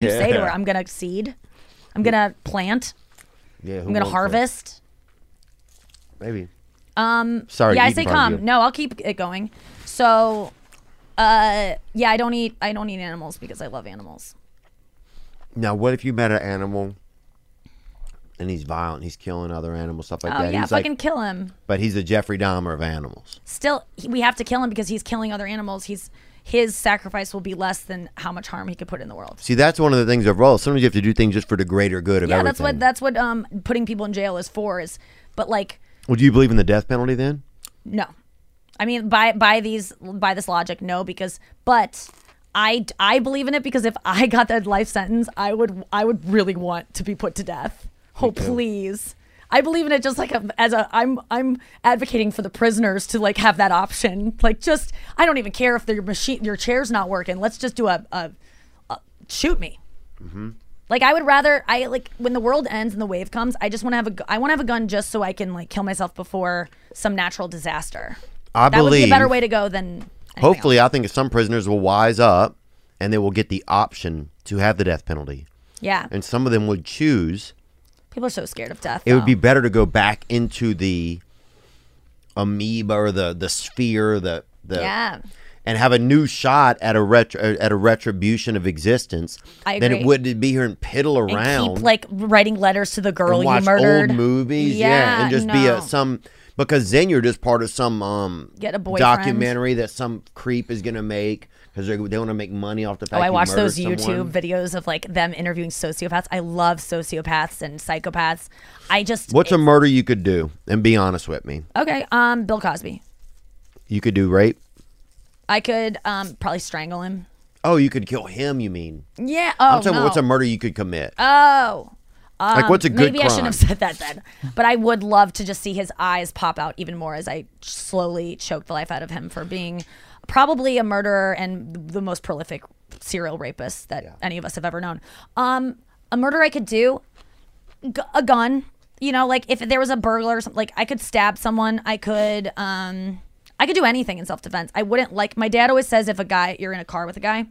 you say to her, Yeah. I'm going to seed, I'm going to plant, Yeah, I'm going to harvest. Maybe. Um. Sorry. yeah, I eating say part of come. you. No, I'll keep it going. So, uh, yeah, I don't eat. I don't eat animals because I love animals. Now, what if you met an animal, and he's violent, he's killing other animals, stuff like Oh that. yeah, he's fucking like, kill him. but he's a Jeffrey Dahmer of animals. Still, he- we have to kill him because he's killing other animals. He's his sacrifice will be less than how much harm he could put in the world. See, that's one of the things of roles. Sometimes you have to do things just for the greater good of Yeah, everything. that's what that's what um putting people in jail is for. Is but like Would you believe in the death penalty then? No, I mean by by these by this logic, no, because but I I believe in it because if I got that life sentence, I would I would really want to be put to death. Oh too. please. I believe in it just like a, as a I'm I'm advocating for the prisoners to like have that option. Like just I don't even care if their machine your chair's not working. Let's just do a, a, a shoot me. Mm-hmm. Like I would rather I like when the world ends and the wave comes, I just want to have a gu- I want to have a gun just so I can like kill myself before some natural disaster. I that would be a better believe- way to go than anything else. Hopefully, I think some prisoners will wise up, and they will get the option to have the death penalty. Yeah. And some of them would choose. People are so scared of death. It would though. be better to go back into the amoeba or the the sphere, the the Yeah. and have a new shot at a retro at a retribution of existence I than it agree. would to be here and piddle And around keep like writing letters to the girl and watch you murdered. old movies, yeah, and just be no. a some because then you're just part of some um Get a boyfriend. documentary that some creep is gonna make because they want to make money off the Oh, fact. I you watch those murdered YouTube someone. videos of like them interviewing sociopaths. I love sociopaths and psychopaths. I just What's a murder you could do? And be honest with me, okay. Um, Bill Cosby. you could do rape. I could um probably strangle him. Oh, you could kill him. You mean? Yeah. Oh I'm talking. no. What's a murder you could commit? Oh. like what's a good Maybe crime? I shouldn't have said that then. But I would love to just see his eyes pop out even more as I slowly choke the life out of him for being probably a murderer and the most prolific serial rapist that any of us have ever known. Um, a murder I could do, g- a gun. You know, like if there was a burglar or something, like I could stab someone. I could, um, I could do anything in self defense. I wouldn't like my dad always says if a guy you're in a car with a guy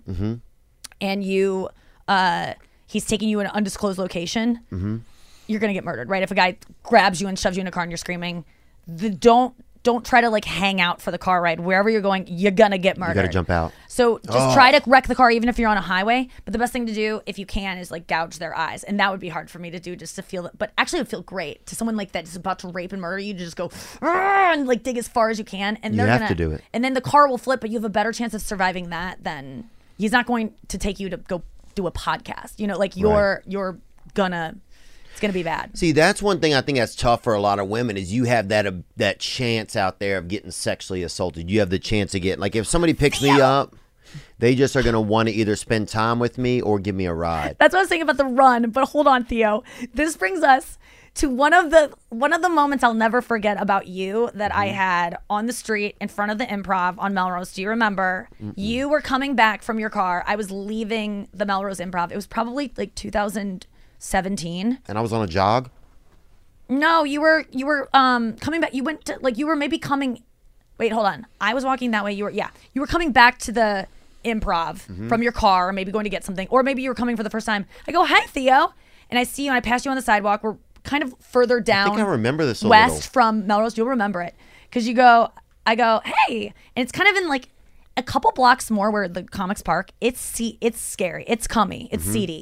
and you uh he's taking you in an undisclosed location you're gonna get murdered right if a guy grabs you and shoves you in a car and you're screaming the don't don't try to like hang out for the car ride wherever you're going you're gonna get murdered jump out. so just Oh. try to wreck the car even if you're on a highway but the best thing to do if you can is like gouge their eyes and that would be hard for me to do just to feel that but actually it would feel great to someone like that is about to rape and murder you to just go "Argh," and like dig as far as you can and You they're have gonna to do it. and then the car will flip, but you have a better chance of surviving that than he's not going to take you to go do a podcast. You know, like you're you're gonna it's gonna be bad. See, that's one thing I think that's tough for a lot of women is you have that uh, that chance out there of getting sexually assaulted. You have the chance to get like if somebody picks me up, they just are gonna want to either spend time with me or give me a ride. That's what I was saying about the run. But hold on, Theo. This brings us to one of the one of the moments I'll never forget about you that I had on the street in front of the improv on Melrose. Do you remember? You were coming back from your car. I was leaving the Melrose improv. It was probably like 2017. And I was on a jog. No, you were you were um coming back. You went to like you were maybe coming. Wait, hold on. I was walking that way. You were yeah. You were coming back to the improv Mm-hmm. from your car, or maybe going to get something, or maybe you were coming for the first time. I go, "Hi, Theo," and I see you, and I pass you on the sidewalk. We're kind of further down. I remember this a west little. from Melrose. You'll remember it because you go. I go, "Hey," and it's kind of Mm-hmm. in like a couple blocks more where the comics park. It's see. It's scary. It's cummy. It's seedy.